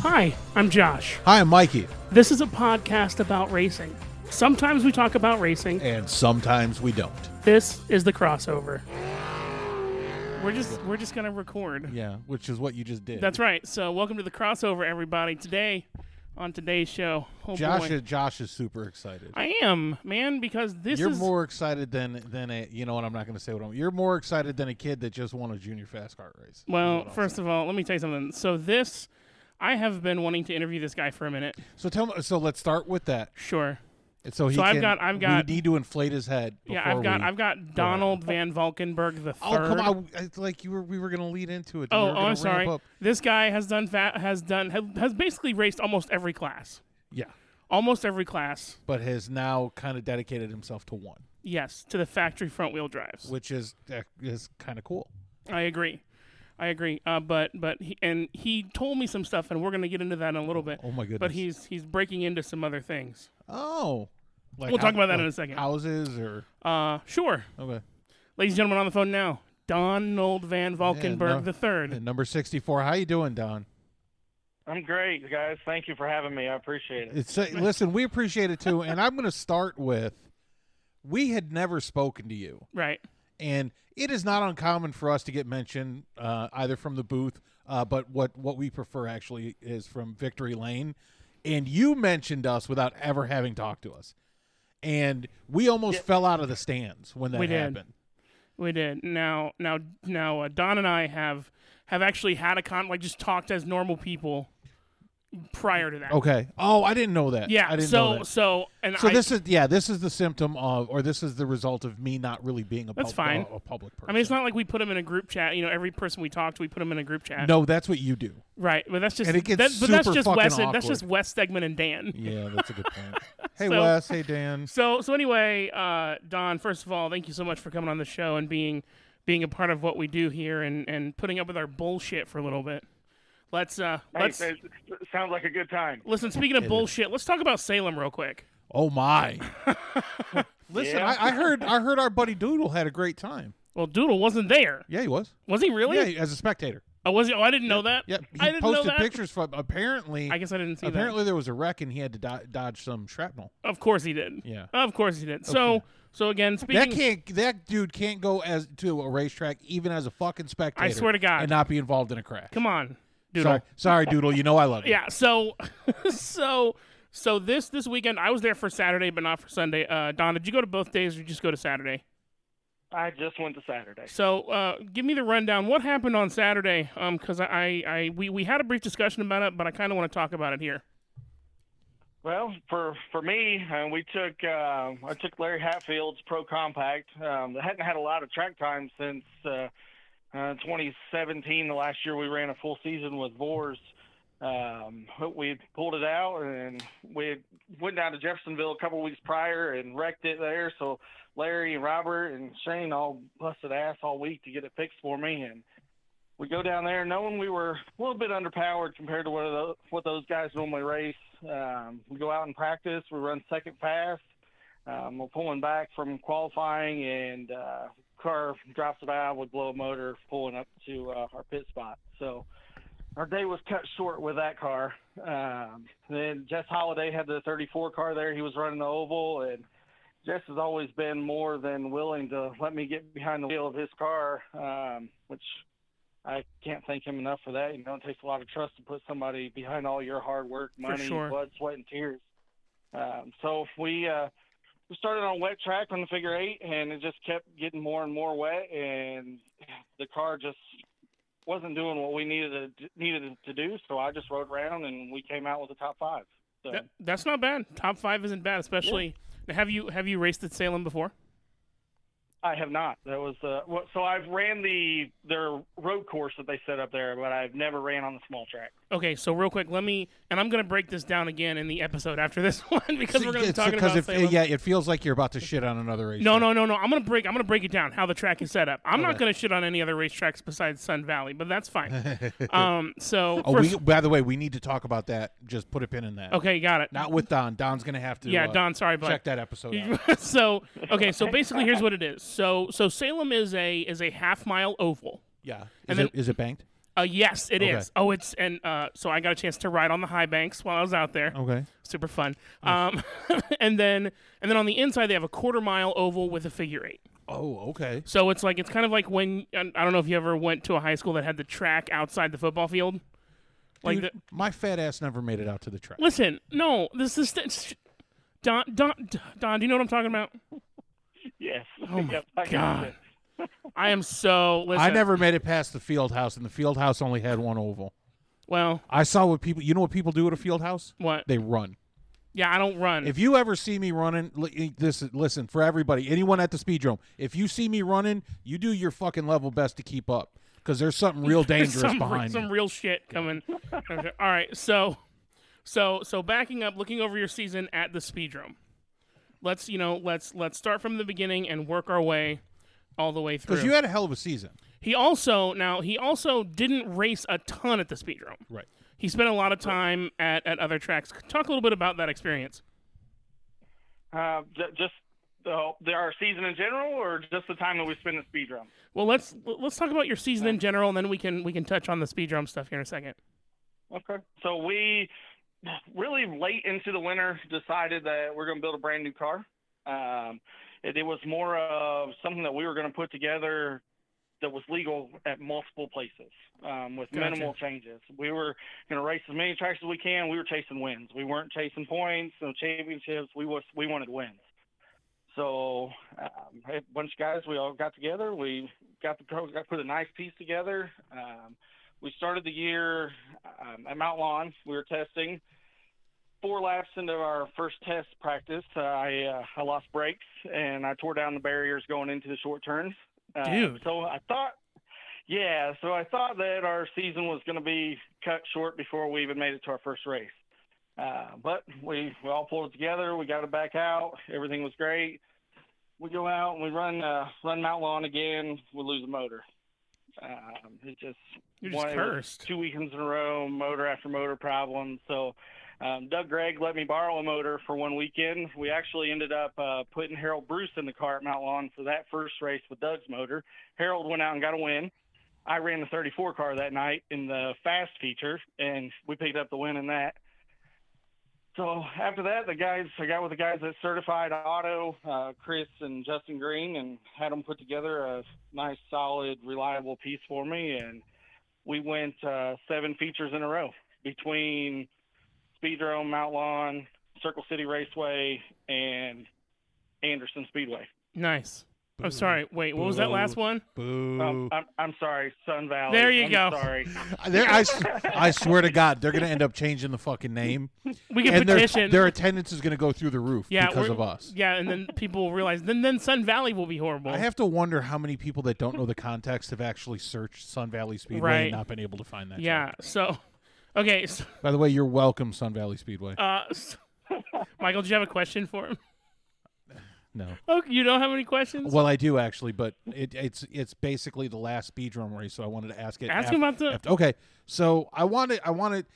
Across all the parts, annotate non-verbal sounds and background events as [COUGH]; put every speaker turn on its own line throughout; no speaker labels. Hi, I'm Josh.
Hi, I'm Mikey,
This is a podcast about racing. Sometimes we talk about racing.
and sometimes we don't.
This is the crossover. We're just we're just gonna record.
Yeah, which is what you just did.
That's right. So welcome to the crossover, everybody. Today, on today's show, oh
Josh.
boy.
Is, Josh is super excited.
I am man because this
You're
is
more excited than than a you know what I'm not going to say what I'm. You're more excited than a kid that just won a junior fast car race.
well. First of all, let me tell you something. So this, I have been wanting to interview this guy for a minute.
So tell me. So let's start with that.
Sure.
And So he.
So I've
can-
got- I've got-
We need to inflate his head.
Yeah, I've
before
got
we-
I've got Donald Van Valkenburg the
Oh
third.
come on! I, like you were, we were going to lead into it. We
Oh,
were
oh,
gonna
I'm
ramp
sorry.
Up.
This guy has done fat, has done ha- has basically raced almost every class,
Yeah,
almost every class.
but has now kind of dedicated himself to one,
Yes, to the factory front wheel drives.
which is uh, is kind of cool.
I agree, I agree. Uh, but but he, and he told me some stuff, and we're gonna get into that in a little bit.
Oh my goodness!
But he's he's breaking into some other things.
Oh. Like
We'll talk about that
like
in a second.
Houses or
Uh, sure,
okay.
ladies and gentlemen on the phone now, Donald Van Valkenburg
no.
the third.
And number sixty four. How you doing, Don?
I'm great, guys. Thank you for having me. I appreciate it.
[LAUGHS]
It's uh, listen, we appreciate it too. And I'm gonna start with we had never spoken to you.
Right.
And it is not uncommon for us to get mentioned uh, either from the booth, uh, but what, what we prefer actually is from Victory Lane. And you mentioned us without ever having talked to us. And we almost fell out of the stands when that
We did.
happened.
We did. Now, now, now, uh, Don and I have have actually had a con, like just talked as normal people prior to that.
Okay. Oh, I didn't know that.
Yeah.
I didn't know
so,
that.
so, and
So
I,
this is yeah, this is the symptom of, or this is the result of me not really being a
That's
pub-
fine.
A, a public person.
I mean, it's not like we put them in a group chat. You know, every person we talk to, we put them in a group chat.
No, that's what you do.
Right. But that's just
And it gets
that- but that's
super
just
fucking
Wes. That's just
awkward.
Wes Stegman and Dan.
Yeah, that's a good point.
[LAUGHS]
hey
So-
Wes, hey Dan.
So, so anyway, uh, Don. First of all, thank you so much for coming on the show and being being a part of what we do here and and putting up with our bullshit for a little bit. Let's uh,
Hey,
let's
it sounds like a good time.
listen. Speaking of bullshit, let's talk about Salem real quick. [LAUGHS]
Oh my. Listen,
Yeah.
I, I heard I heard our buddy Doodle had a great time.
Well, Doodle wasn't there.
Yeah, he was.
Was he really?
Yeah, as a spectator.
Oh, was he? Oh, I didn't know that.
Yep. He
I didn't
posted
know that.
pictures from apparently
I guess I didn't see
apparently there was a wreck and he had to do- dodge some shrapnel.
that. Of course he did.
Yeah.
Of course he did. So, so again,
That
speaking.
can't that dude can't go as to a racetrack even as a fucking spectator
swear to God.
and not be involved in a crash.
come on, Doodle.
Sorry, sorry, Doodle. You know I love you.
Yeah. So, [LAUGHS] so, so this this weekend I was there for Saturday, but not for Sunday. Uh, Don, did you go to both days or just go to Saturday?
I just went to Saturday.
So, uh, give me the rundown. What happened on Saturday? Um, because I, I, I, we, we had a brief discussion about it, but I kind of want to talk about it here.
Well, for for me, uh, we took uh, I took Larry Hatfield's Pro Compact. Um, I hadn't had a lot of track time since uh, uh, 2017. The last year we ran a full season with Vors. Um, we pulled it out and we went down to Jeffersonville a couple weeks prior and wrecked it there. So Larry and Robert and Shane all busted ass all week to get it fixed for me and. we go down there knowing we were a little bit underpowered compared to what those, what those guys normally race. Um, we go out and practice. We run second fast. Um, we're pulling back from qualifying, and uh, car drops a valve. We blow a motor, pulling up to uh, our pit spot. So our day was cut short with that car. Um, then Jess Holiday had the 34 car there. He was running the oval, and Jess has always been more than willing to let me get behind the wheel of his car, um, which I can't thank him enough for that. You know, it takes a lot of trust to put somebody behind all your hard work, money,
sure.
blood, sweat, and tears. Um, so we uh, we started on a wet track on the figure eight, and it just kept getting more and more wet, and the car just wasn't doing what we needed to, needed it to do. So I just rode around, and we came out with a top five. So
That, that's not bad. Top five isn't bad, especially. Have you have you raced at Salem before?
I have not. That was uh, what- so I've ran the their road course that they set up there, but I've never ran on the small track.
Okay, so real quick, let me and I'm gonna break this down again in the episode after this [LAUGHS] one because we're gonna be
It's-
talking
'cause
about
if-
Salem.
yeah, it feels like you're about to shit on another race.
No, no, no, no. I'm gonna break. I'm gonna break it down how the track is set up. I'm not gonna shit on any other racetracks besides Sun Valley, but that's
[LAUGHS]
fine. um, so
Oh,
first,
we, by the way, we need to talk about that. Just put a pin in that.
okay, got it.
Not with Don. Don's gonna have to.
yeah,
uh,
Don. Sorry, bud.
Check that episode.
[LAUGHS]
out.
so okay, so basically, here's what it is. So so Salem is a is a half mile oval.
Yeah. Is,
And
it, is it banked?
Uh, yes, it is.
Okay.
Oh, it's and uh, so I got a chance to ride on the high banks while I was out there.
Okay.
Super fun. Um, [LAUGHS] and then and then on the inside they have a quarter mile oval with a figure eight.
Oh, okay.
So it's like it's kind of like when and I don't know if you ever went to a high school that had the track outside the football field. Like
Dude,
the,
my fat ass never made it out to the track.
listen, no, this is sh- Don Don Don. Do you know what I'm talking about?
Yes.
Oh my
[LAUGHS] Yep, I got
God.
it.
I am so. Listen,
I never made it past the field house, and the field house only had one oval.
Well,
I saw what people. You know what people do at a field house?
what?
They run.
Yeah, I don't run.
If you ever see me running, li- eh, this listen for everybody, anyone at the speedrome. If you see me running, you do your fucking level best to keep up, because there's something real
There's [LAUGHS]
dangerous
some,
behind
some
you.
real shit coming. Okay, All right, so, so, so backing up, looking over your season at the
[LAUGHS]
speedrome. Let's you know, let's let's start from the beginning and work our way all the way through.
Because you had a hell of a season,
he also now he also didn't race a ton at the speedrome.
right?
He spent a lot of time at at other tracks. Talk a little bit about that experience.
Uh, ju- just the, the, our season in general, or just the time that we spend in speed drum?
Well, let's let's talk about your season in general, and then we can we can touch on the speedrome stuff here in a second.
Okay. So we really late into the winter decided that we're going to build a brand new car. Um, it, it was more of something that we were going to put together that was legal at multiple places um, with
Gotcha.
minimal changes. We were going to race as many tracks as we can. We were chasing wins. We weren't chasing points, no championships. We was we wanted wins. So um, a bunch of guys, we all got together. We got the pro, got put a nice piece together. Um, we started the year um, at Mount Lawn. We were testing. Four laps into our first test practice, I uh, I lost brakes and I tore down the barriers going into the short turns. Uh,
Dude.
So I thought, yeah, so I thought that our season was going to be cut short before we even made it to our first race. Uh, but we, we all pulled it together. We got it back out. Everything was great. We go out and we run uh, run Mount Lawn again. We lose the motor. Um, it just
You're just
one- it was
cursed.
Two weekends in a row, motor after motor problems. So um, Doug Gregg let me borrow a motor for one weekend. We actually ended up uh, putting Harold Bruce in the car at Mount Lawn for that first race with Doug's motor. Harold went out and got a win. I ran the 34 car that night in the fast feature, and we picked up the win in that. So after that, the guys, I got with the guys that certified auto, uh, Chris and Justin Green, and had them put together a nice, solid, reliable piece for me. And we went uh, seven features in a row between Speedrome, Mount Lawn, Circle City Raceway, and Anderson Speedway.
Nice. I'm sorry. Wait, what was that last one?
Boo!
Um, I'm, I'm sorry, Sun Valley.
There you
I'm
go.
Sorry.
Uh, There- I, s- I swear to God, they're gonna end up changing the
[LAUGHS]
fucking name,
We can
and their,
petition.
their attendance is gonna go through the roof
yeah,
because
we're-
of us.
Yeah, and then people will realize. Then then Sun Valley will be horrible.
I have to wonder how many people that don't know the context have actually searched Sun Valley Speedway
Right.
and not been able to find that.
yeah.
track.
So, okay. So,
By the way, you're welcome, Sun Valley Speedway.
uh, so- Michael, did you have a question for him? [LAUGHS]
no.
Oh, you don't have any questions?
Well, I do actually, but it, it's it's basically the last speedrun race, so I wanted to ask it.
Ask
af-
him about the-
af- okay, so I wanted I wanted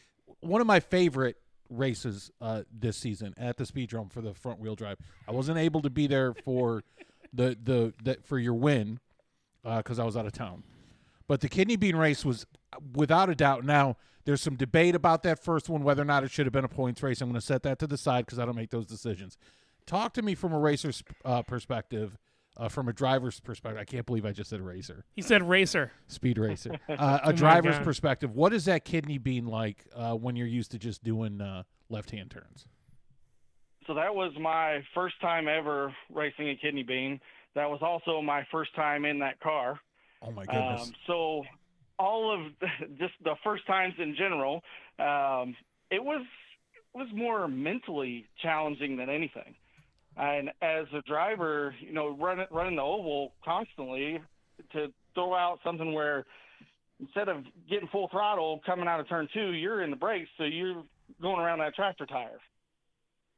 one of my favorite races uh, this season at the speedrun for the front wheel drive. I wasn't able to be there for the the, the for your win because I was out of town. But the kidney bean race was uh, without a doubt. Now there's some debate about that first one whether or not it should have been a points race. I'm going to set that to the side because I don't make those decisions. Talk to me from a racer's uh, perspective, uh, from a driver's perspective. I can't believe I just said racer,
He said racer. [LAUGHS]
speed racer. Uh, a driver's
Oh God.
perspective. What is that kidney bean like uh, when you're used to just doing uh, left-hand turns?
So that was my first time ever racing a kidney bean. That was also my first time in that car.
Oh my goodness!
Um, so all of [LAUGHS] just the first times in general, um, it was it was more mentally challenging than anything. And as a driver, you know, running running the oval constantly to throw out something where instead of getting full throttle coming out of turn two, you're in the brakes, so you're going around that tractor tire.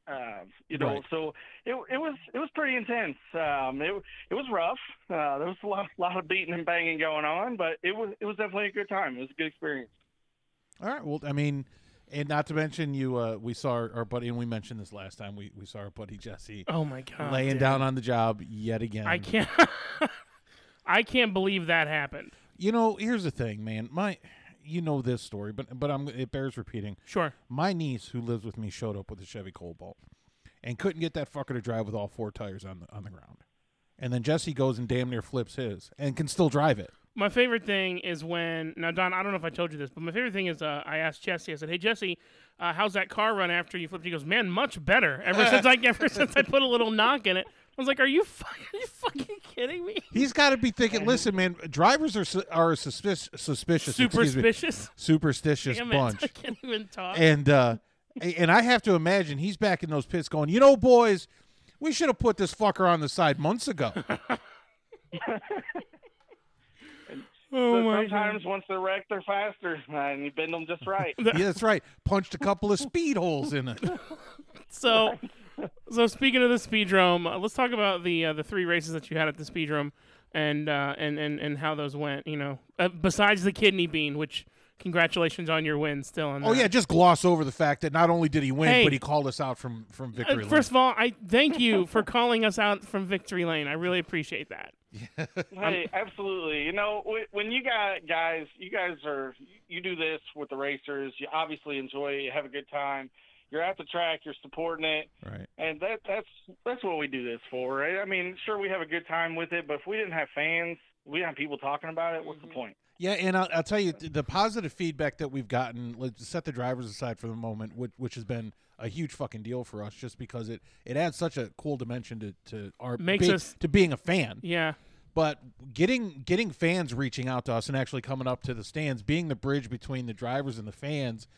Um, you know,
Right.
so it it was it was pretty intense. Um, it it was rough. Uh, there was a lot, lot of beating and banging going on, but it was it was definitely a good time. It was a good experience.
All right. Well, I mean, and not to mention you. Uh, we saw our, our buddy, and we mentioned this last time. We we saw our buddy Jesse
Oh my god.
laying
dude.
down on the job yet again.
I can't. [LAUGHS] I can't believe that happened.
You know, here's the thing, man. My you know this story, but but I'm it bears repeating.
Sure.
My niece, who lives with me, showed up with a Chevy Cobalt, and couldn't get that fucker to drive with all four tires on the on the ground. And then Jesse goes and damn near flips his, and can still drive it.
My favorite thing is when now Don. I don't know if I told you this, but my favorite thing is uh, I asked Jesse. I said, "Hey Jesse, uh, how's that car run after you flipped?" He goes, "Man, much better. Ever since I ever since I put a little knock in it." I was like, "Are you, fu- are you fucking kidding me?"
He's got to be thinking. Listen, man, drivers are su- are suspicious, suspicious, excuse me,
Superstitious.
superstitious
Damn it, I [LAUGHS]
bunch.
can't even talk.
and uh a- and I have to imagine he's back in those pits going, you know, boys, we should have put this fucker on the side months
[LAUGHS]
ago.
oh
So
my
sometimes once they're wrecked, they're faster, [LAUGHS] and you bend them just right.
yeah, that's right. Punched a couple of speed holes in it.
So, so speaking of the speedrome, uh, let's talk about the uh, the three races that you had at the speedrome, and uh, and and and how those went. You know, uh, besides the kidney bean, which congratulations on your win still. On
Oh
that.
yeah, just gloss over the fact that not only did he win,
Hey.
but he called us out from from
Uh,
victory. lane.
First of all, I thank you for calling us out from victory lane. I really appreciate that.
Hey, absolutely. You know, wh- when you got guys, you guys are you do this with the racers. You obviously enjoy it. You have a good time. You're at the track. You're supporting it,
right.
and that that's that's what we do this for, right? I mean, sure we have a good time with it, but if we didn't have fans, we didn't have people talking about it. What's the point?
Yeah, and I'll, I'll tell you th- the positive feedback that we've gotten. Let's set the drivers aside for the moment, which, which has been a huge fucking deal for us, just because it it adds such a cool dimension to to our
Makes
be-
us-
to being a fan.
Yeah,
but getting getting fans reaching out to us and actually coming up to the stands being the bridge between the drivers and the fans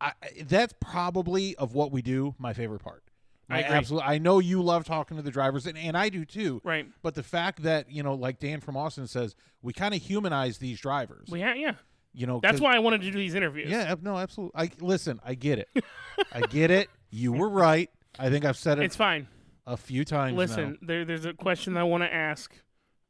I, that's probably of what we do my favorite part
I
My
agree.
absolute- I know you love talking to the drivers and, and I do too
right.
but the fact that you know like Dan from Austin says we kind of humanize these drivers
We ha- yeah.
you know
That's
'cause-
why I wanted to do these interviews.
yeah ab- no absolutely I listen I get it I get it you were right I think I've said it
it's fine.
a few times now.
Listen, there, there's a question I want to ask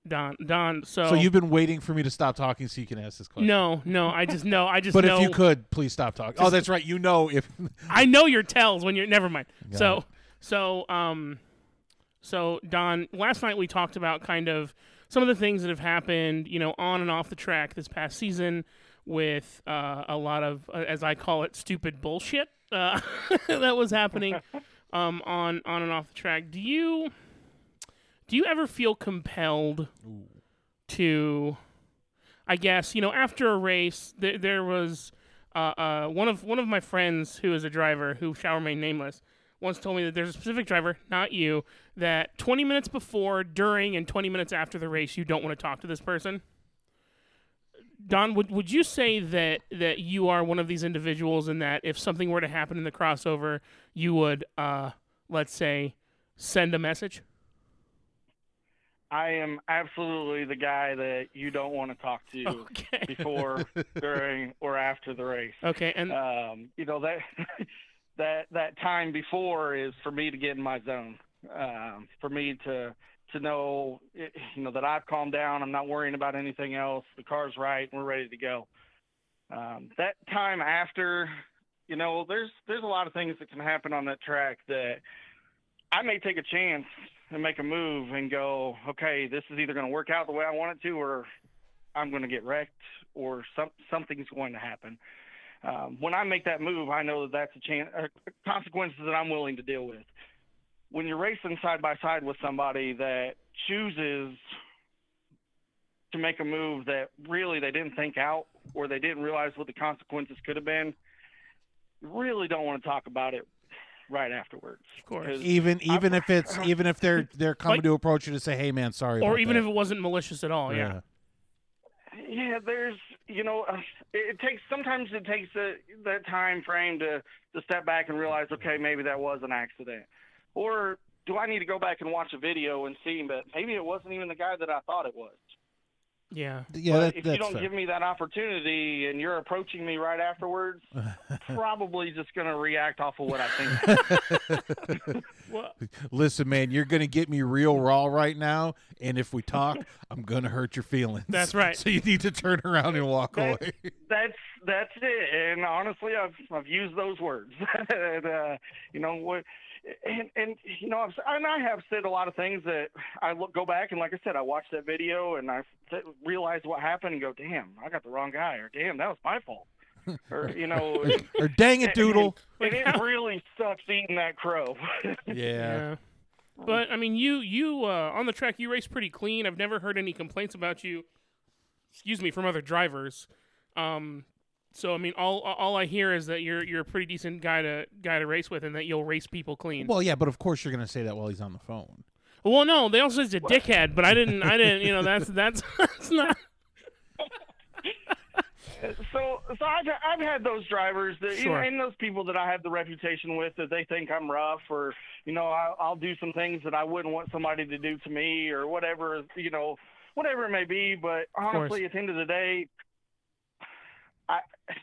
Don. Don, so
so you've been waiting for me to stop talking so you can ask this question
no, no, I just know, I just
But
know.
if you could, please stop talking. Oh, that's right. You know if
I know your tells when you're. Never mind.
Got
so, so, um, so Don. Last night we talked about kind of some of the things that have happened, you know, on and off the track this past season, with uh, a lot of, uh, as I call it, stupid bullshit uh, [LAUGHS] that was happening um, on on and off the track. Do you do you ever feel compelled to? I guess you know after a race th- there was uh, uh, one of one of my friends who is a driver who shall remain nameless once told me that there's a specific driver, not you, that 20 minutes before, during, and 20 minutes after the race, you don't want to talk to this person. Don, would would you say that that you are one of these individuals, and that if something were to happen in the crossover, you would, uh, let's say, send a message? [LAUGHS]
I am absolutely the guy that you don't want to talk to
Okay.
before, during, or after the race.
Okay, and
Uh,
um, you know that [LAUGHS] that that time before is for me to get in my zone, um, for me to to know eh, you know that I've calmed down. I'm not worrying about anything else. The car's right. We're ready to go. Um, that time after, you know, there's there's a lot of things that can happen on that track that I may take a chance and make a move and go, okay, this is either going to work out the way I want it to, or I'm going to get wrecked, or some something's going to happen um, when I make that move, I know that that's a chance, uh, consequences that I'm willing to deal with. When you're racing side by side with somebody that chooses to make a move that really they didn't think out or they didn't realize what the consequences could have been, you really don't want to talk about it right afterwards.
of course,
'cause-
even even if it's even if they're they're coming
Like-
to approach you to say, "Hey, man, sorry,"
or
about
even
that.
if it wasn't malicious at all, yeah.
Yeah, there's, you know, uh, it, it takes sometimes it takes a, that time frame to to step back and realize, okay, maybe that was an accident, or do I need to go back and watch a video and see that maybe it wasn't even the guy that I thought it was?
yeah.
yeah,
But
that,
if
that's
you don't
fair.
give me that opportunity and you're approaching me
[LAUGHS]
right afterwards, probably just gonna react off of what I think.
Well,
Listen, man, you're gonna get me real raw right now, and if we talk, I'm gonna hurt your feelings.
That's right.
[LAUGHS] So you need to turn around and walk
That-
away.
that's [LAUGHS] that's it. And honestly, I've I've used those words. and, uh, you know what? and and you know, I've, and I have said a lot of things that I look go back and like I said, I watched that video and I th- realized what happened and go, damn, I got the wrong guy, or damn, that was my fault, or you know,
or, or dang
[LAUGHS]
it,
and-
Doodle.
and, and it really sucks eating that crow. [LAUGHS]
Yeah.
But I mean, you you uh, on the track you race pretty clean. I've never heard any complaints about you. Excuse me, from other drivers. Um, so I mean, all all I hear is that you're you're a pretty decent guy to guy to race with, and that you'll race people clean. Well,
Well, yeah, but of course you're going to say that while he's on the phone.
no, they also said he's a dickhead, but I didn't I didn't you know that's that's [LAUGHS] that's not.
so so I've, I've had those drivers that you know,
Sure.
and those people that I have the reputation with that they think I'm rough or you know I, I'll do some things that I wouldn't want somebody to do to me or whatever you know whatever it may be but
course.
honestly at the end of the day I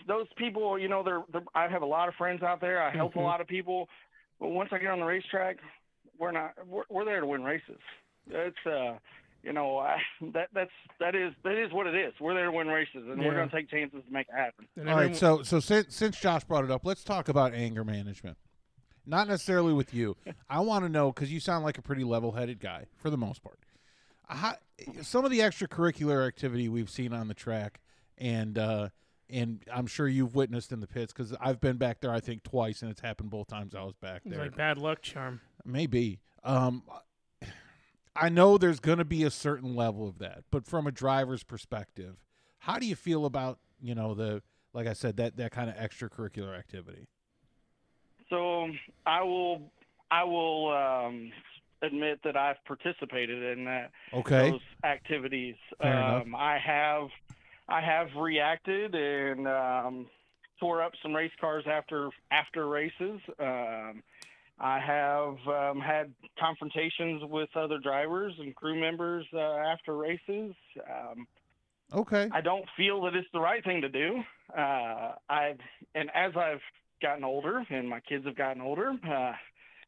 those people you know they're, they're I have a lot of friends out there I help
Mhm.
a lot of people but once I get on the racetrack we're not we're, we're there to win races it's uh you know, I, [LAUGHS] that that's that is that is what it is. We're there to win races, and we're
Yeah.
going to take chances to make it happen.
And
All right,
everyone-
so so since, since Josh brought it up, let's talk about anger management. Not necessarily
[LAUGHS]
with you. I want to know because you sound like a pretty level-headed guy for the most part. How, some of the extracurricular activity we've seen on the track, and uh, and I'm sure you've witnessed in the pits because I've been back there I think twice, and it's happened both times I was back
it's
there.
like bad luck charm.
Maybe. Um, I know there's going to be a certain level of that, but from a driver's perspective, how do you feel about you know the like I said that that kind of extracurricular activity?
So um, I will I will um, admit that I've participated in that
Okay.
those activities.
Fair enough.
um, I have I have reacted and um, tore up some race cars after after races. Um, I have um, had confrontations with other drivers and crew members uh, after races. Um,
Okay.
I don't feel that it's the right thing to do. Uh, I've and as I've gotten older and my kids have gotten older, uh,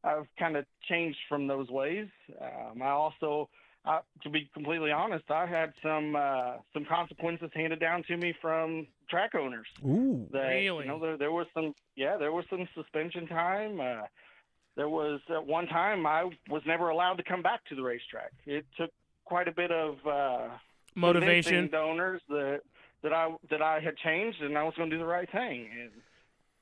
I've kind of changed from those ways. Um, I also, I, to be completely honest, I had some uh, some consequences handed down to me from track owners.
Ooh.
That,
Really?
You know, there, there was some yeah, there was some suspension time. Uh, there was at one time I was never allowed to come back to the racetrack. It took quite a bit of. Uh, convincing
Motivation.
donors that that I that I had changed and I was going to do the right thing. And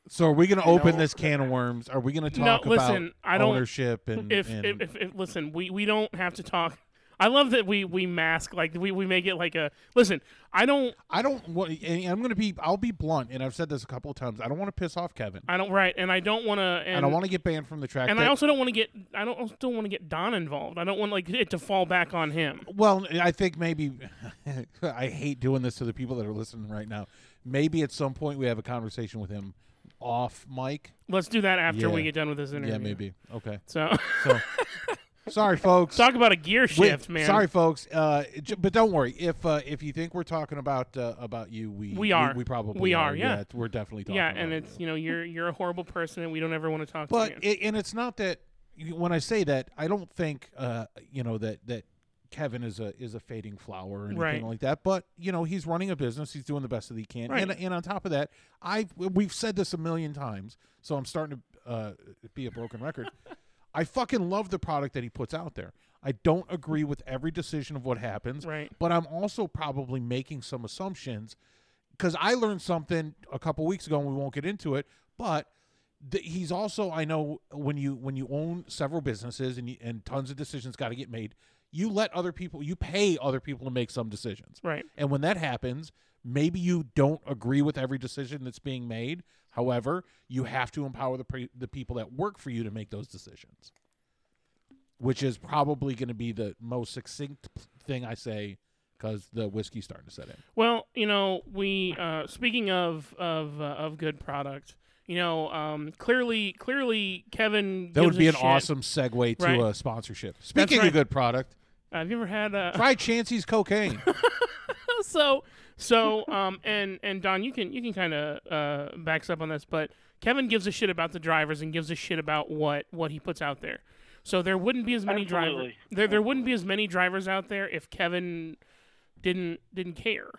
So are we going to
You
open
know-
this can of worms? Are we going to
No,
talk
listen,
about
I don't-
ownership and
If,
and
if, if, if listen, we, we don't have to talk. I love that we, we mask like we, we make it like a listen. I don't
I don't want and I'm going to be I'll be blunt and I've said this a couple of times. I don't want to piss off Kevin.
I don't right, and I don't want to.
I don't want to get banned from the track.
and
That-
I also don't want to get I don't also don't want to get Don involved. I don't want like it to fall back on him.
Well, I think maybe [LAUGHS] I hate doing this to the people that are listening right now. Maybe at some point we have a conversation with him off mic.
Let's do that after we
Yeah.
get done with this interview.
Yeah, maybe. Okay.
So [LAUGHS]
So sorry, folks.
talk about a gear
Wait,
shift, man.
Sorry, folks. Uh, j- but don't worry. If uh, if you think we're talking about uh, about you, we
We are.
We, probably
We are, yeah.
it's- we're definitely talking.
Yeah,
about
and
you.
it's you know you're you're a horrible person, and we don't ever want to talk
But
to you.
it, and it's not that when I say that, I don't think uh, you know that that Kevin is a is a fading flower or anything
Right.
like that. But you know he's running a business. He's doing the best that he can.
Right.
And and on top of that, I we've said this a million times, so I'm starting to uh, be a broken
[LAUGHS]
record. I fucking love the product that he puts out there. I don't agree with every decision of what happens,
Right.
but I'm also probably making some assumptions because I learned something a couple weeks ago, and we won't get into it. But th- he's also, I know, when you when you own several businesses and you, and tons of decisions got to get made, you let other people, you pay other people to make some decisions,
Right.
and when that happens, maybe you don't agree with every decision that's being made. However, you have to empower the pre- the people that work for you to make those decisions, which is probably going to be the most succinct p- thing I say because the whiskey's starting to set in.
Well, you know, we uh, speaking of of uh, of good product, you know, um, clearly clearly Kevin
That
gives
would be
a
an
shit.
awesome segue to
Right.
a sponsorship. Speaking
right.
of good product,
Uh, have you ever had a
try Chancey's cocaine.
[LAUGHS] so so um and and Don, you can you can kind of uh backs up on this, but Kevin gives a shit about the drivers and gives a shit about what what he puts out there. So there wouldn't be as many drivers.
Absolutely.
There there wouldn't be as many drivers out there if Kevin didn't didn't care.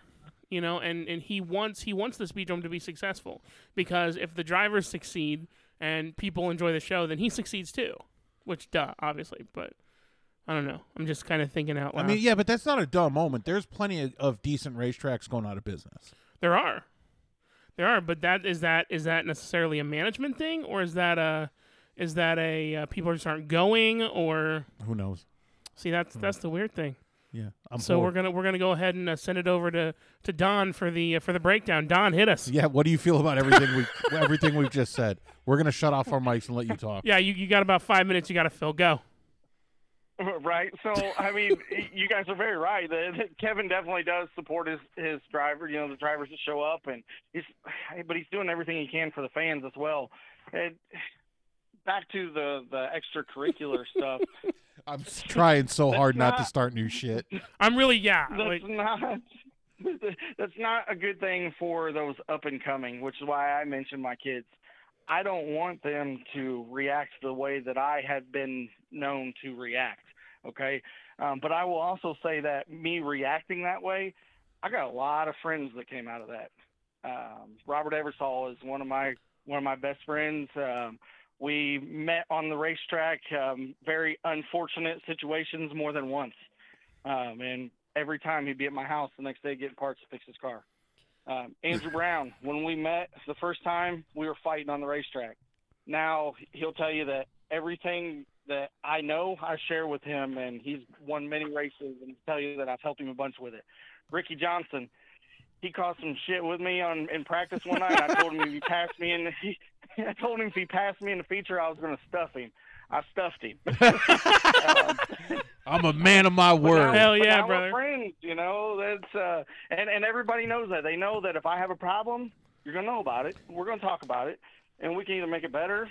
You know, and and he wants he wants the speedrome to be successful because if the drivers succeed, and people enjoy the show, then he succeeds too. Which, duh, obviously. But I don't know. I'm just kind of thinking out
I
loud.
mean, yeah, but that's not a dumb moment. There's plenty of, of decent racetracks going out of business.
there are, there are, but that is that is that necessarily a management thing, or is that a is that a uh, people just aren't going, or
Who knows?
see that's that's the weird thing.
Yeah, I'm
So we're
bored.
gonna we're gonna go ahead and uh, send it over to to Don for the uh, for the breakdown. Don, hit us.
Yeah, what do you feel about everything we [LAUGHS] everything we've just said? We're gonna shut off our mics and let you talk.
Yeah, you, you got about five minutes. You got to fill. Go.
[LAUGHS] Right. So, I mean, you guys are very right. The- the- Kevin definitely does support his his driver. You know, the drivers that show up, and he's but he's doing everything he can for the fans as well. And back to the the extracurricular [LAUGHS] stuff.
I'm s- trying so hard not to
not-
start new shit.
[LAUGHS] I'm really yeah.
That's
Like,
not. [LAUGHS] That's not a good thing for those up and coming, which is why I mentioned my kids. I don't want them to react the way that I have been known to react. Okay, um, but I will also say that me reacting that way, I got a lot of friends that came out of that. Um, Robert Eversol is one of my one of my best friends. Um, we met on the racetrack. Um, very unfortunate situations more than once. Um, and every time he'd be at my house the next day getting parts to fix his car. Um, Andrew Brown, when we met the first time, we were fighting on the racetrack. Now he'll tell you that everything that I know, I share with him, and he's won many races, and he'll tell you that I've helped him a bunch with it. Ricky Johnson, he caused some shit with me on in practice one night. I told him if he passed me in, the, he, [LAUGHS] I told him if he passed me in the feature, I was going to stuff him. I stuffed him. Um,
I'm a man of my word.
Hell
but
Oh, yeah,
now we're
brother.
Friends, you know that's uh, and and everybody knows that. They know that if I have a problem, you're gonna know about it. We're gonna talk about it, and we can either make it better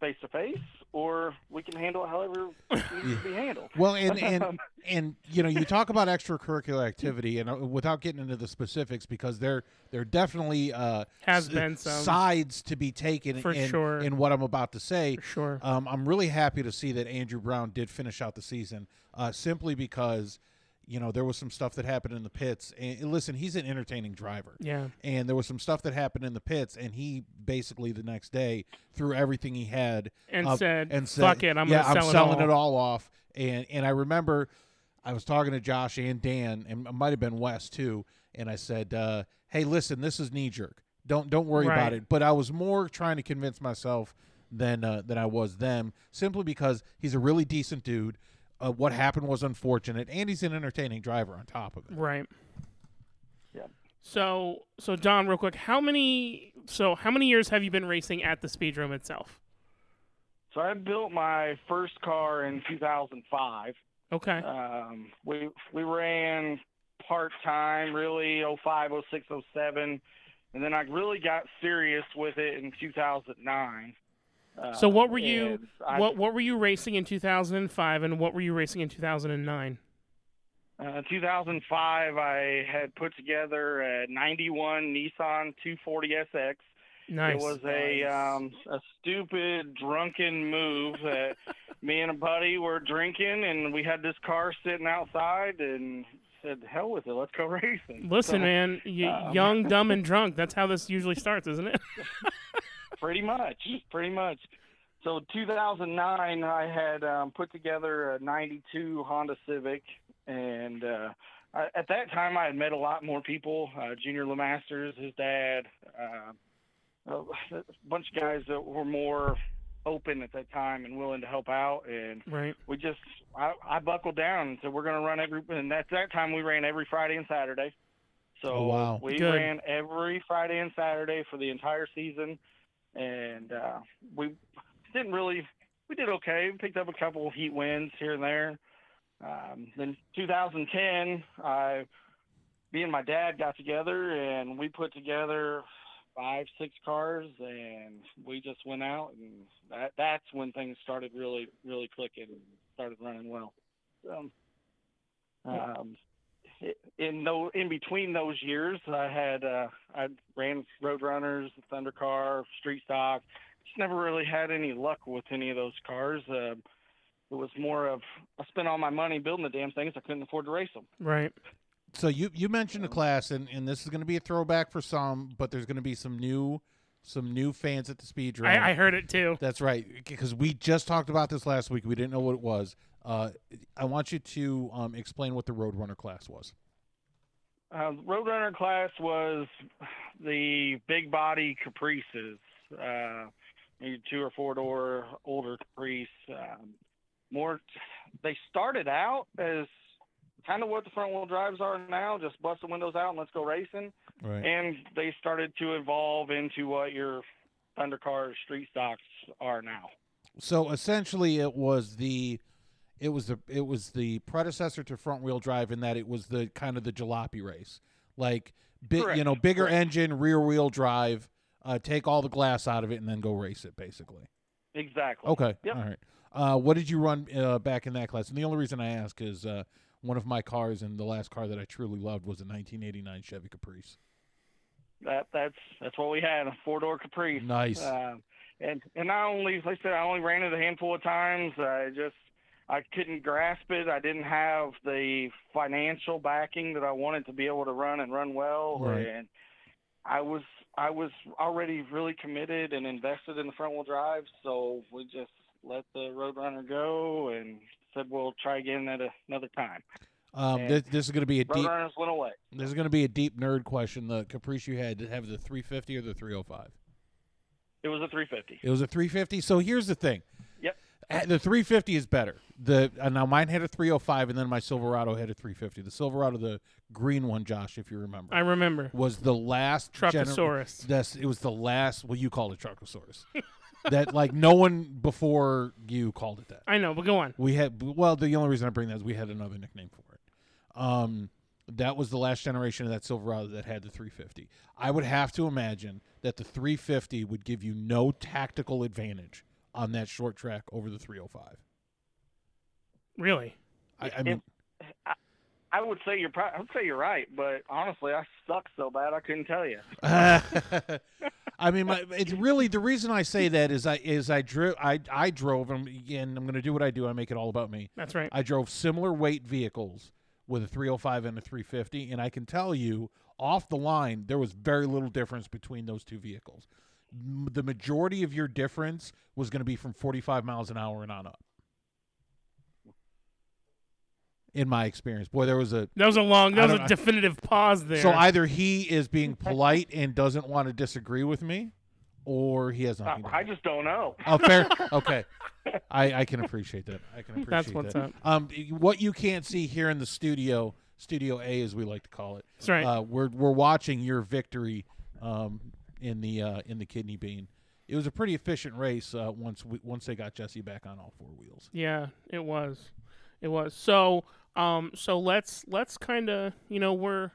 face to face, or we can handle
[LAUGHS]
it however it needs to be handled.
Well, and and and you know, you talk about extracurricular activity, and uh, without getting into the specifics, because there there definitely uh,
Has
s-
been some.
sides to be taken
For
in,
sure.
in what I'm about to say.
For sure.
um, I'm really happy to see that Andrew Brown did finish out the season, uh, simply because you know there was some stuff that happened in the pits. And and listen, he's an entertaining driver
yeah.
and there was some stuff that happened in the pits and he basically the next day threw everything he had
And
up
said,
and
"Fuck it, I'm
yeah,
gonna sell
I'm
it
selling
all."
it all off and and I remember I was talking to Josh and Dan and it might have been Wes too and I said uh, hey listen this is knee jerk don't don't worry about
Right.
it but I was more trying to convince myself than uh, than I was them simply because he's a really decent dude uh, what happened was unfortunate and he's an entertaining driver on top of it
Right.
Yeah.
So so Don, real quick, how many so how many years have you been racing at the speed room itself?
So I built my first car in 2005.
Okay.
Um, we we ran part time, really 05, 06, 07, and then I really got serious with it in 2009.
So
Um,
what were you-
and I-
what what were you racing in 2005 and what were you racing in 2009?
Uh, 2005, I had put together a 91 Nissan 240SX.
Nice.
It was a
Nice.
um, a stupid drunken move
[LAUGHS]
that me and a buddy were drinking, and we had this car sitting outside, and said, "Hell with it, let's go [LAUGHS] racing."
Listen,
So,
man, y-
um,
young,
[LAUGHS]
dumb, and drunk. That's how this usually starts, isn't
[LAUGHS]
it?
Pretty much, [LAUGHS] pretty much. So 2009, I had um, put together a '92 Honda Civic, and uh, I, at that time, I had met a lot more people. Uh, Junior Lemasters, his dad, uh, a bunch of guys that were more open at that time and willing to help out, and
right.
we just I, I buckled down and said we're going to run every and at that time we ran every Friday and Saturday. So
Oh, wow.
we
Good.
ran every Friday and Saturday for the entire season, and uh, we didn't really we did okay. We picked up a couple heat wins here and there. Um, then 2010, I me and my dad got together and we put together five six cars and we just went out and that that's when things started really really clicking and started running well um, um in though in between those years i had uh i ran roadrunners thunder car street stock just never really had any luck with any of those cars um it was more of i spent all my money building the damn things i couldn't afford to race them
Right.
So you you mentioned a class, and and this is going to be a throwback for some, but there's going to be some new some new fans at the speed drum.
I, I heard it too.
That's right, because we just talked about this last week. We didn't know what it was. Uh, I want you to um, explain what the Roadrunner class was.
Uh, Roadrunner class was the big body Caprices, uh, maybe two or four door older Caprice. Um, more, they started out as kind of what the front wheel drives are now, just bust the windows out and let's go racing.
Right.
And they started to evolve into what your undercar street stocks are now.
So essentially, it was the it was the it was the predecessor to front wheel drive in that it was the kind of the jalopy race, like big you
Correct.
know bigger
Correct.
engine, rear wheel drive, uh, take all the glass out of it and then go race it basically.
Exactly.
Okay,
Yep.
all right. Uh, what did you run uh, back in that class? And the only reason I ask is uh, one of my cars and the last car that I truly loved was a 1989 Chevy Caprice.
That that's that's what we had a four door Caprice.
Nice.
Uh, and and I only like I said I only ran it a handful of times. I just I couldn't grasp it. I didn't have the financial backing that I wanted to be able to run and run well.
Right.
And I was I was already really committed and invested in the front wheel drive, so we just let the Roadrunner go and said we'll try again at a, another time.
Um,
and
this, this is going to be a deep.
Roadrunners went away.
This is going to be a deep nerd question. The Caprice you had did it have the 350 or the 305?
It was a 350.
It was a 350. So here's the thing.
Yep.
Uh, The 350 is better. The uh, now mine had a 305, and then my Silverado had a 350. The Silverado, the green one, Josh, if you remember,
I remember.
was the last gener-
Truckosaurus.
That's it was the last. Well, you called it Truckosaurus. [LAUGHS] that like no one before you called it that.
I know, but go on.
We had well, the only reason I bring that is we had another nickname for it. Um, that was the last generation of that Silverado that had the 350. I would have to imagine that the 350 would give you no tactical advantage on that short track over the 305.
Really?
I, I mean,
I would say you're. Pro- I would say you're right, but honestly, I suck so bad I couldn't tell you.
[LAUGHS] I mean, my, it's really the reason I say that is I is I drew I I drove and again I'm going to do what I do. I make it all about me.
That's right.
I drove similar weight vehicles with a 305 and a 350, and I can tell you off the line there was very little difference between those two vehicles. M- the majority of your difference was going to be from 45 miles an hour and on up. In my experience, boy, there was a
That was a long, that
I
was
don't-
a definitive pause there.
so either he is being polite and doesn't want to disagree with me, or he has
I,
nothing. to
Uh, I
hide.
just don't know.
Oh,
[LAUGHS]
fair. Okay. I, I can appreciate that. I can appreciate
That's what's
that.
up.
Um, what you can't see here in the studio, Studio A, as we like to call it,
That's right.
uh, we're we're watching your victory um, in the uh, in the kidney bean. It was a pretty efficient race uh, once we, once they got Jesse back on all four wheels.
Yeah, it was. It was. So, um, so let's let's kind of you know we're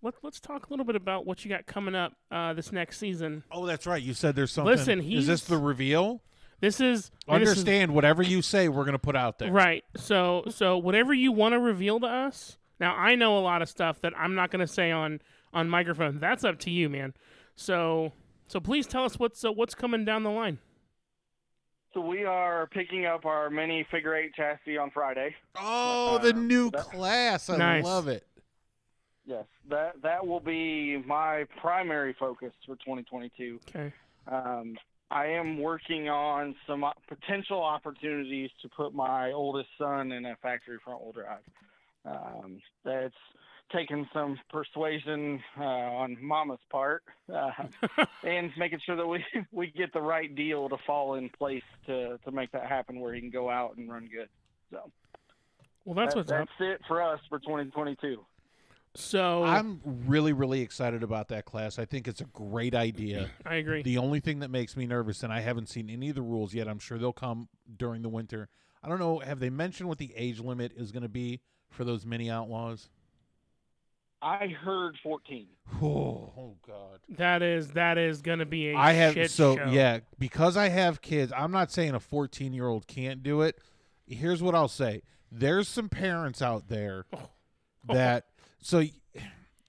let let's talk a little bit about what you got coming up uh, this next season.
Oh, that's right. You said there's something.
Listen,
is this
he's-
the reveal?
This is and this is-
Understand whatever you say, we're gonna put out there.
right? So, so whatever you want to reveal to us. Now, I know a lot of stuff that I'm not going to say on on microphone. That's up to you, man. So, so please tell us what's uh, what's coming down the line.
So we are picking up our mini figure eight chassis on Friday.
Oh, the
Um,
new
that-
class. I
Nice.
love it.
Yes, that that will be my primary focus for 2022.
Okay.
Um, I am working on some o- potential opportunities to put my oldest son in a factory front wheel drive. Um, that's taken some persuasion uh, on Mama's part, uh, and making sure that we [LAUGHS] we get the right deal to fall in place to to make that happen, where he can go out and run good. So
Well, that's
that-
what's up.
that's it for us for 2022.
So
I'm really, really excited about that class. I think it's a great idea.
I agree.
The only thing that makes me nervous, and I haven't seen any of the rules yet, I'm sure they'll come during the winter. I don't know. Have they mentioned what the age limit is going to be for those mini outlaws? [SIGHS]
I heard 14.
Oh, oh God.
That is that is gonna be a
I have
shit
so
show.
yeah because I have kids. I'm not saying a 14 year old can't do it. Here's what I'll say: there's some parents out
[LAUGHS]
there
Oh.
that so y-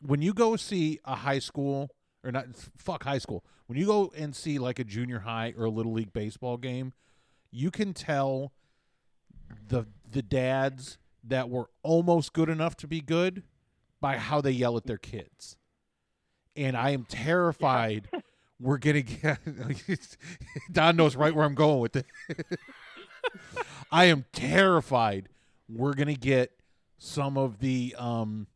when you go see a high school or not f- fuck high school when you go and see like a junior high or a little league baseball game, you can tell the the dads that were almost good enough to be good by how they yell at their kids. And I am terrified we're gonna get [LAUGHS] Don knows right where I'm going with it. [LAUGHS] I am terrified we're gonna get some of the um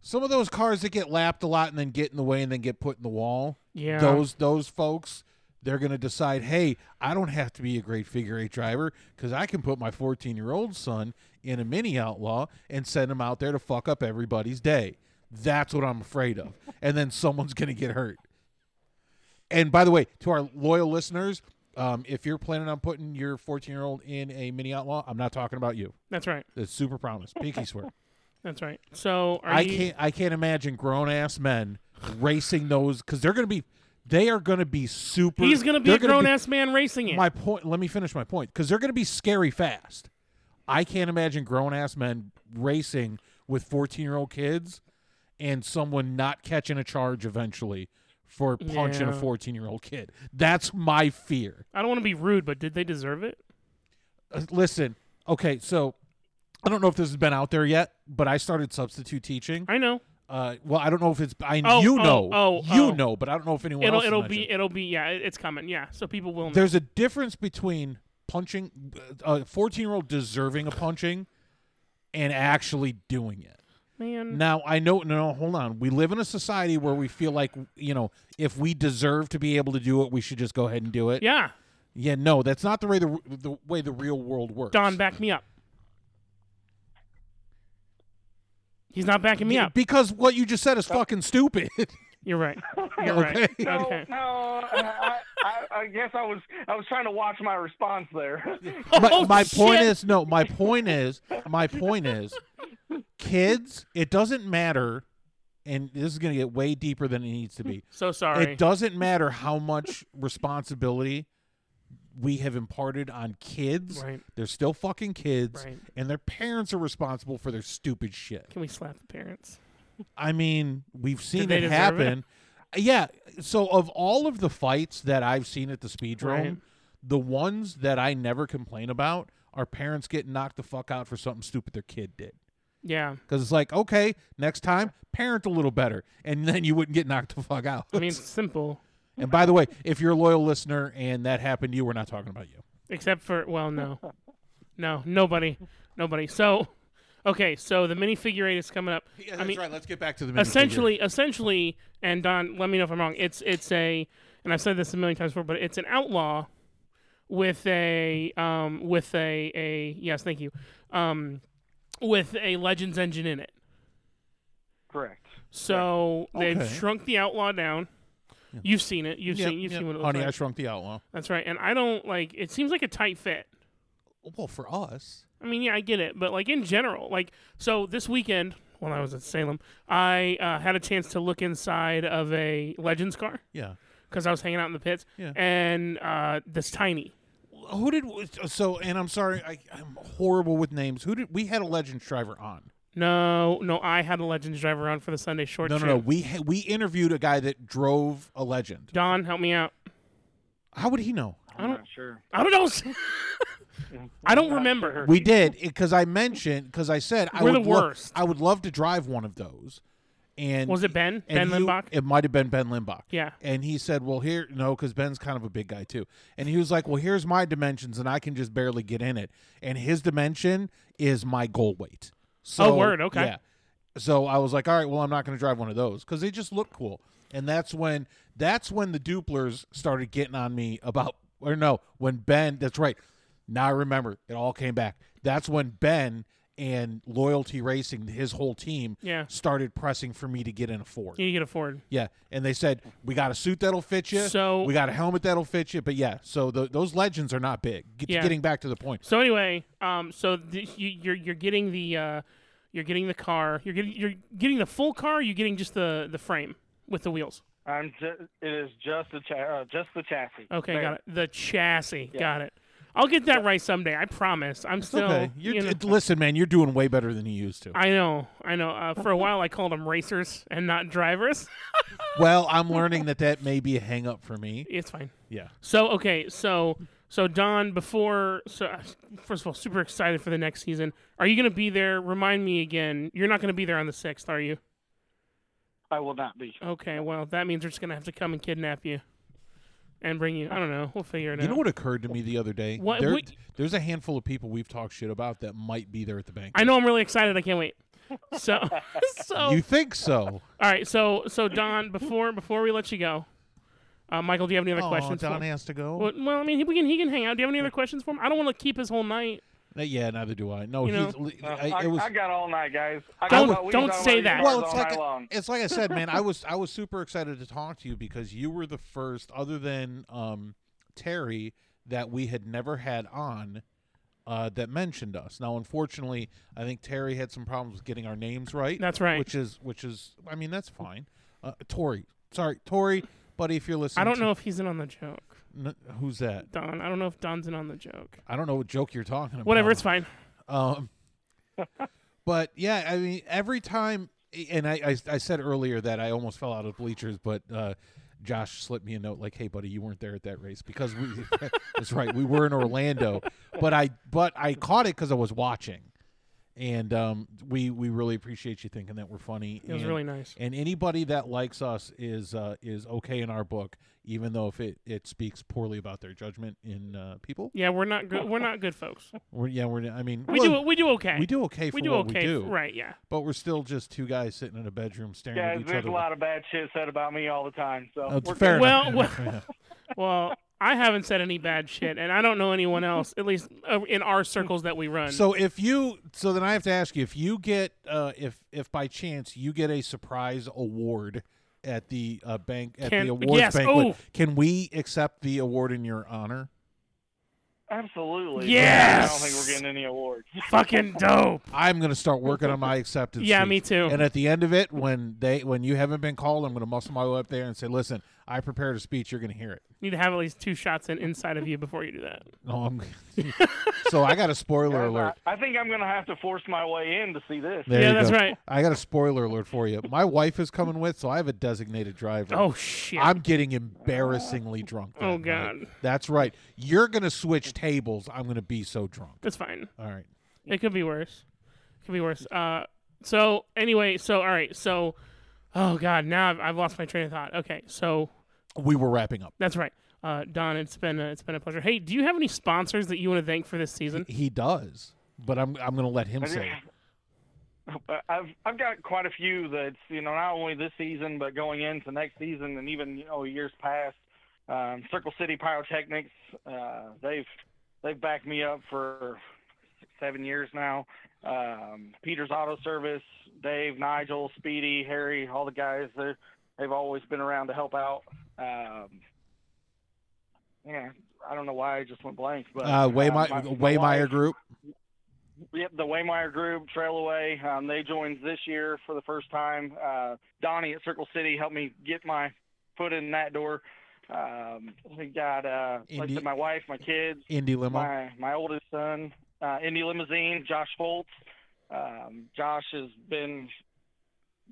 some of those cars that get lapped a lot and then get in the way and then get put in the wall.
Yeah.
Those those folks, they're gonna decide, hey, I don't have to be a great figure eight driver because I can put my fourteen year old son in a mini outlaw and send him out there to fuck up everybody's day. That's what I'm afraid of. And then someone's gonna get hurt. And by the way, to our loyal listeners, um, if you're planning on putting your 14 year old in a mini outlaw, I'm not talking about you.
That's right.
It's super promise. Pinky swear.
That's right. So are
I
you,
can't. I can't imagine grown ass men racing those because they're gonna be. They are gonna be super.
He's gonna be
they're
a grown ass man racing it.
My point. Let me finish my point because they're gonna be scary fast. I can't imagine grown ass men racing with 14 year old kids and someone not catching a charge eventually for punching a
Yeah.
14 year old kid. That's my fear.
I don't want to be rude, but did they deserve it?
Uh, listen, okay, so I don't know if this has been out there yet, but I started substitute teaching.
I know.
Uh, well, I don't know if it's I
Oh,
you
oh,
know,
oh,
you
oh.
know, but I don't know if anyone
it'll
else has
it'll be
mentioned.
it'll be yeah. it- It's coming. Yeah. So people will. Know.
There's a difference between punching uh, a 14 year old deserving a punching and actually doing it.
Man.
Now I know. No, hold on. We live in a society where we feel like you know, if we deserve to be able to do it, we should just go ahead and do it.
Yeah.
Yeah. No, that's not the way the the way the real world works.
Don, back me up. He's not backing me
Yeah,
up.
Because what you just said is fucking stupid. [LAUGHS]
You're right. You're
Okay.
right.
No,
Okay.
no. I, I, I guess I was I was trying to watch my response there.
[LAUGHS]
my
Oh,
my point
shit.
is no, my point is my point is kids, it doesn't matter and this is going to get way deeper than it needs to be.
So [LAUGHS] sorry.
It doesn't matter how much responsibility we have imparted on kids.
Right.
They're still fucking kids
Right.
and their parents are responsible for their stupid shit.
Can we slap the parents?
I mean, we've seen
they
it
deserve it?
happen. Yeah. So of all of the fights that I've seen at the speedrome,
Right.
the ones that I never complain about are parents getting knocked the fuck out for something stupid their kid did.
Yeah.
Because it's like, okay, next time, parent a little better, and [LAUGHS] then you wouldn't get knocked the fuck out.
I mean,
[LAUGHS]
it's simple.
and by the way, if you're a loyal listener and that happened to you, we're not talking about you.
Except for well, no, no, nobody, nobody. So, okay, so the minifigure eight is coming up. I mean,
right. Let's get back to the
essentially, essentially, and Don, let me know if I'm wrong. It's it's a, and I've said this a million times before, but it's an outlaw with a um with a a yes, thank you, um, with a Legends engine in it.
[LAUGHS] Correct.
So they've
Okay.
shrunk the outlaw down. You've seen it. You've seen. You've seen what it looks
Honey, I
like.
Shrunk the Outlaw.
That's right. And I don't like. It seems like a tight fit.
Well, for us,
I mean, yeah, I get it, but like in general, like so this weekend when I was at Salem, I uh, had a chance to look inside of a Legends car
yeah.
because I was hanging out in the pits,
Yeah.
and uh, this tiny.
Who did so? And I'm sorry, I, I'm horrible with names. Who did we had a Legends driver on?
No, no, I had a Legends driver on for the Sunday short.
No,
show.
no, no. We ha- we interviewed a guy that drove a Legend.
Don, help me out.
How would he know?
I
I'm
don't.
not sure.
I don't know. [LAUGHS] I don't remember.
We did because I mentioned because I said I
We're
would
the
lo-
worst.
I would love to drive one of those. And
Was it Ben?
and
Ben
he-
Limbach?
It might have been Ben Limbach.
Yeah.
And he said, "Well, here no, because Ben's kind of a big guy too." And he was like, "Well, here's my dimensions, and I can just barely get in it." And his dimension is my goal weight. So,
Oh, word, okay.
Yeah. So I was like, "All right, well, I'm not going to drive one of those because they just look cool." And that's when that's when the duplers started getting on me about, or no, when Ben. That's right. Now I remember. It all came back. That's when Ben and Loyalty Racing, his whole team,
Yeah.
started pressing for me to get in a Ford.
You can afford.
Yeah, and they said we got a suit that'll fit you.
So-
we got a helmet that'll fit you. But yeah, so tho- those legends are not big. Get,
Yeah.
Getting back to the point,
So anyway, um, so th- you, you're you're getting the uh, you're getting the car. You're getting you're getting the full car. Or you're getting just the the frame with the wheels.
I'm just. It is just the cha- uh, just the chassis.
Okay,
There.
got it. The chassis, got it. I'll get that right someday. I promise. I'm still.
okay. You're,
you know-
d- listen, man, you're doing way better than you used to.
I know, I know. Uh, for a while, I called them racers and not drivers.
well, I'm learning that that may be a hang up for me.
it's fine.
Yeah,
So okay, so so Don, before so first of all, super excited for the next season. Are you going to be there? Remind me again. You're not going to be there on the sixth, are you?
I will not be.
Okay, well, that means they're just gonna have to come and kidnap you, and bring you. I don't know. We'll figure it
You
out.
know what occurred to me the other day?
What-
There-
what-
there's a handful of people we've talked shit about that might be there at the bank.
I know. I'm really excited. I can't wait. [LAUGHS] So, so
You think so?
all right. So, so Don, before before we let you go, uh, Michael, do you have any other questions? for-
has to go.
Well, well, I mean, he, we can he can hang out. Do you have any other questions for him? I don't want to keep his whole night.
Uh, Yeah, neither do I. No,
You know-
he's, li-
Uh,
I,
I,
it was.
I got all night, guys. I
Don't-
got all- we
don't
can talk
say
about these
that.
cars
well, it's
all
like
night long.
it's like I said, man. I was I was super excited to talk to you because you were the first, other than um, Terry, that we had never had on uh, that mentioned us. Now, unfortunately, I think Terry had some problems with getting our names right.
That's right.
Which is which is I mean that's fine. Uh, Tori, sorry, Tori, buddy, if you're listening,
I don't
to-
know if he's in on the joke,
N- who's that.
Don. I don't know if Don's in on the joke.
I don't know what joke you're talking about.
Whatever, it's fine.
Um, but yeah, I mean, every time, and I, I, I said earlier that I almost fell out of the bleachers, but uh, Josh slipped me a note like, "Hey, buddy, you weren't there at that race because we." [LAUGHS] that's right, we were in Orlando, but I but I caught it because I was watching, and um, we we really appreciate you thinking that we're funny.
It was
and-
really nice.
and anybody that likes us is uh, is okay in our book, even though if it, it speaks poorly about their judgment in uh, people.
Yeah, we're not good. We're not good [LAUGHS] folks.
We're, yeah, we're. I mean,
We
well,
do we do okay.
we do okay for
we do
what
okay.
we do,
Right? Yeah.
but we're still just two guys sitting in a bedroom staring
Guys,
at each
there's
other.
a lot of bad shit said about me all the time. So
That's
we're
fair
good.
enough.
Well, well, [LAUGHS] well, I haven't said any bad shit, and I don't know anyone else, at least uh, in our circles that we run.
So if you, so then I have to ask you if you get, uh, if if by chance you get a surprise award at the uh, bank at
Can-
the awards
yes,
banquet,
oh.
can we accept the award in your honor?
Absolutely.
Yes!
I don't think we're getting any awards.
fucking dope.
I'm gonna start working
[LAUGHS]
on my acceptance.
Yeah,
speech.
me too.
And at the end of it, when they when you haven't been called, I'm gonna muscle my way up there and say, "Listen, I prepared a speech. You're gonna hear it."
Need to have at least two shots in inside of you before you do that.
No, I'm. [LAUGHS] so I got
[LAUGHS]
a spoiler
Guys, I-
alert.
I think I'm gonna have to force my way in to see this.
There
yeah,
you
that's
go.
right.
I got a spoiler alert for you. My wife is coming with, so I have a designated driver.
Oh shit.
I'm getting embarrassingly drunk. that
Oh,
night.
God.
That's right. You're gonna switch tables. I'm gonna be so drunk.
That's fine.
All right.
It could be worse. could be worse. Uh, so anyway, so all right, so oh god, now I've, I've lost my train of thought. Okay, so
We were wrapping up.
that's right. Uh, Don, it's been a, it's been a pleasure. Hey, do you have any sponsors that you want to thank for this season?
He does, but I'm I'm gonna let him say. it.
But [LAUGHS] I've I've got quite a few that's you know not only this season but going into next season and even you know years past. Um, Circle City Pyrotechnics, uh, they've they've backed me up for six, seven years now. Um, Peter's Auto Service, Dave, Nigel, Speedy, Harry, all the guys they they've always been around to help out. Um, yeah, I don't know why I just went blank, but
Uh, Waymire,
my- my
Waymeyer
wife-
Group.
Yep, the Waymeyer Group, Trail Away. Um, they joined this year for the first time. Uh, Donnie at Circle City helped me get my foot in that door. Um, we got, uh, like I
Indy-
said, my wife, my kids,
Indy Limo.
my my oldest son, uh, Indy Limousine, Josh Foltz. Um, Josh has been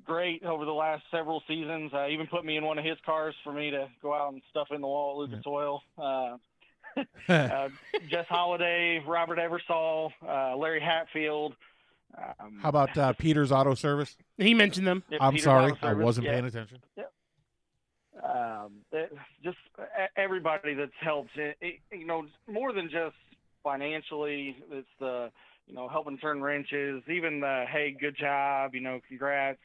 great over the last several seasons. Uh, even put me in one of his cars for me to go out and stuff in the wall at Lucas Oil.
[LAUGHS]
Uh, uh, Jess Holiday, Robert Eversole, uh, Larry Hatfield. Um,
How about uh, Peter's Auto Service?
He mentioned them.
yeah,
I'm
Peter
sorry,
Bauer
I
Service,
wasn't
yeah.
paying attention.
um, it- just e- everybody that's helped. It, it, you know, more than just financially, it's the you know helping turn wrenches, even the hey, good job, you know, congrats.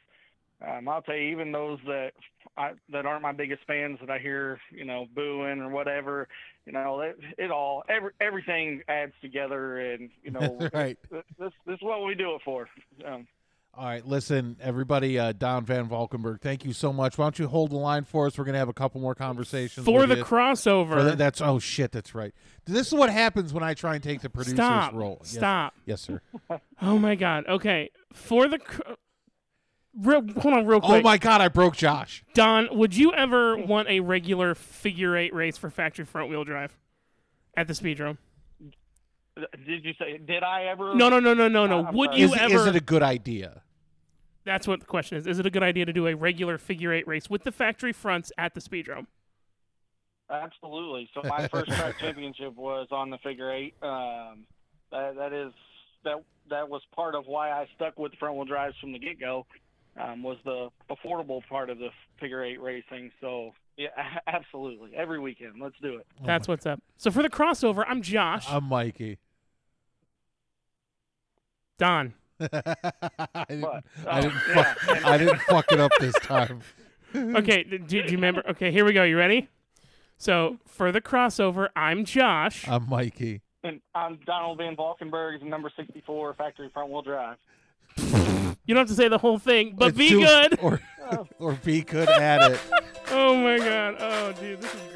Um, I'll tell you, even those that I, that aren't my biggest fans that I hear, you know, booing or whatever, you know, it, it all every, everything adds together, and you
[LAUGHS]
know,
right.
th- this this is what we do it for. Um,
All right, listen, everybody. Uh, Don Van Valkenburg, thank you so much. Why don't you hold the line for us? We're gonna have a couple more conversations
For
with
the
you.
crossover.
For the- that's oh shit, that's right. This is what happens when I try and take the producer's
Stop.
role. Yes-
Stop.
Yes,
[LAUGHS]
sir.
Oh my god. Okay. For the cr- real, hold on real quick.
Oh my god, I broke Josh.
Don, would you ever want a regular figure eight race for factory front wheel drive at the speedrome?
did you say? Did I ever?
No, no, no, no, no, no.
I'm
Would
sorry.
you
is,
ever?
is it a good idea?
That's what the question is. Is it a good idea to do a regular figure eight race with the factory fronts at the speedrome?
Oh
Absolutely. So my first track championship was on the figure eight. Um, that that is that that was part of why I stuck with front wheel drives from the get go. um, was the affordable part of the figure eight racing. So yeah, [LAUGHS] a- absolutely. Every weekend, let's do it.
That's what's up. So for the crossover, I'm Josh.
I'm Mikey. [LAUGHS]
Don.
I didn't,
But
I,
oh,
didn't
yeah,
fuck, I didn't fuck it up this time. mm-hmm.
Okay, d- do, do you remember? Okay, here we go. You ready? So for the crossover, I'm Josh.
I'm Mikey.
and I'm Donald Van Valkenburg, number 64 factory front wheel drive.
You don't have to say the whole thing, but
It's [LAUGHS]
be
too-
Oh.
good.
Or, or be good at it.
Oh my god. Oh dude, this is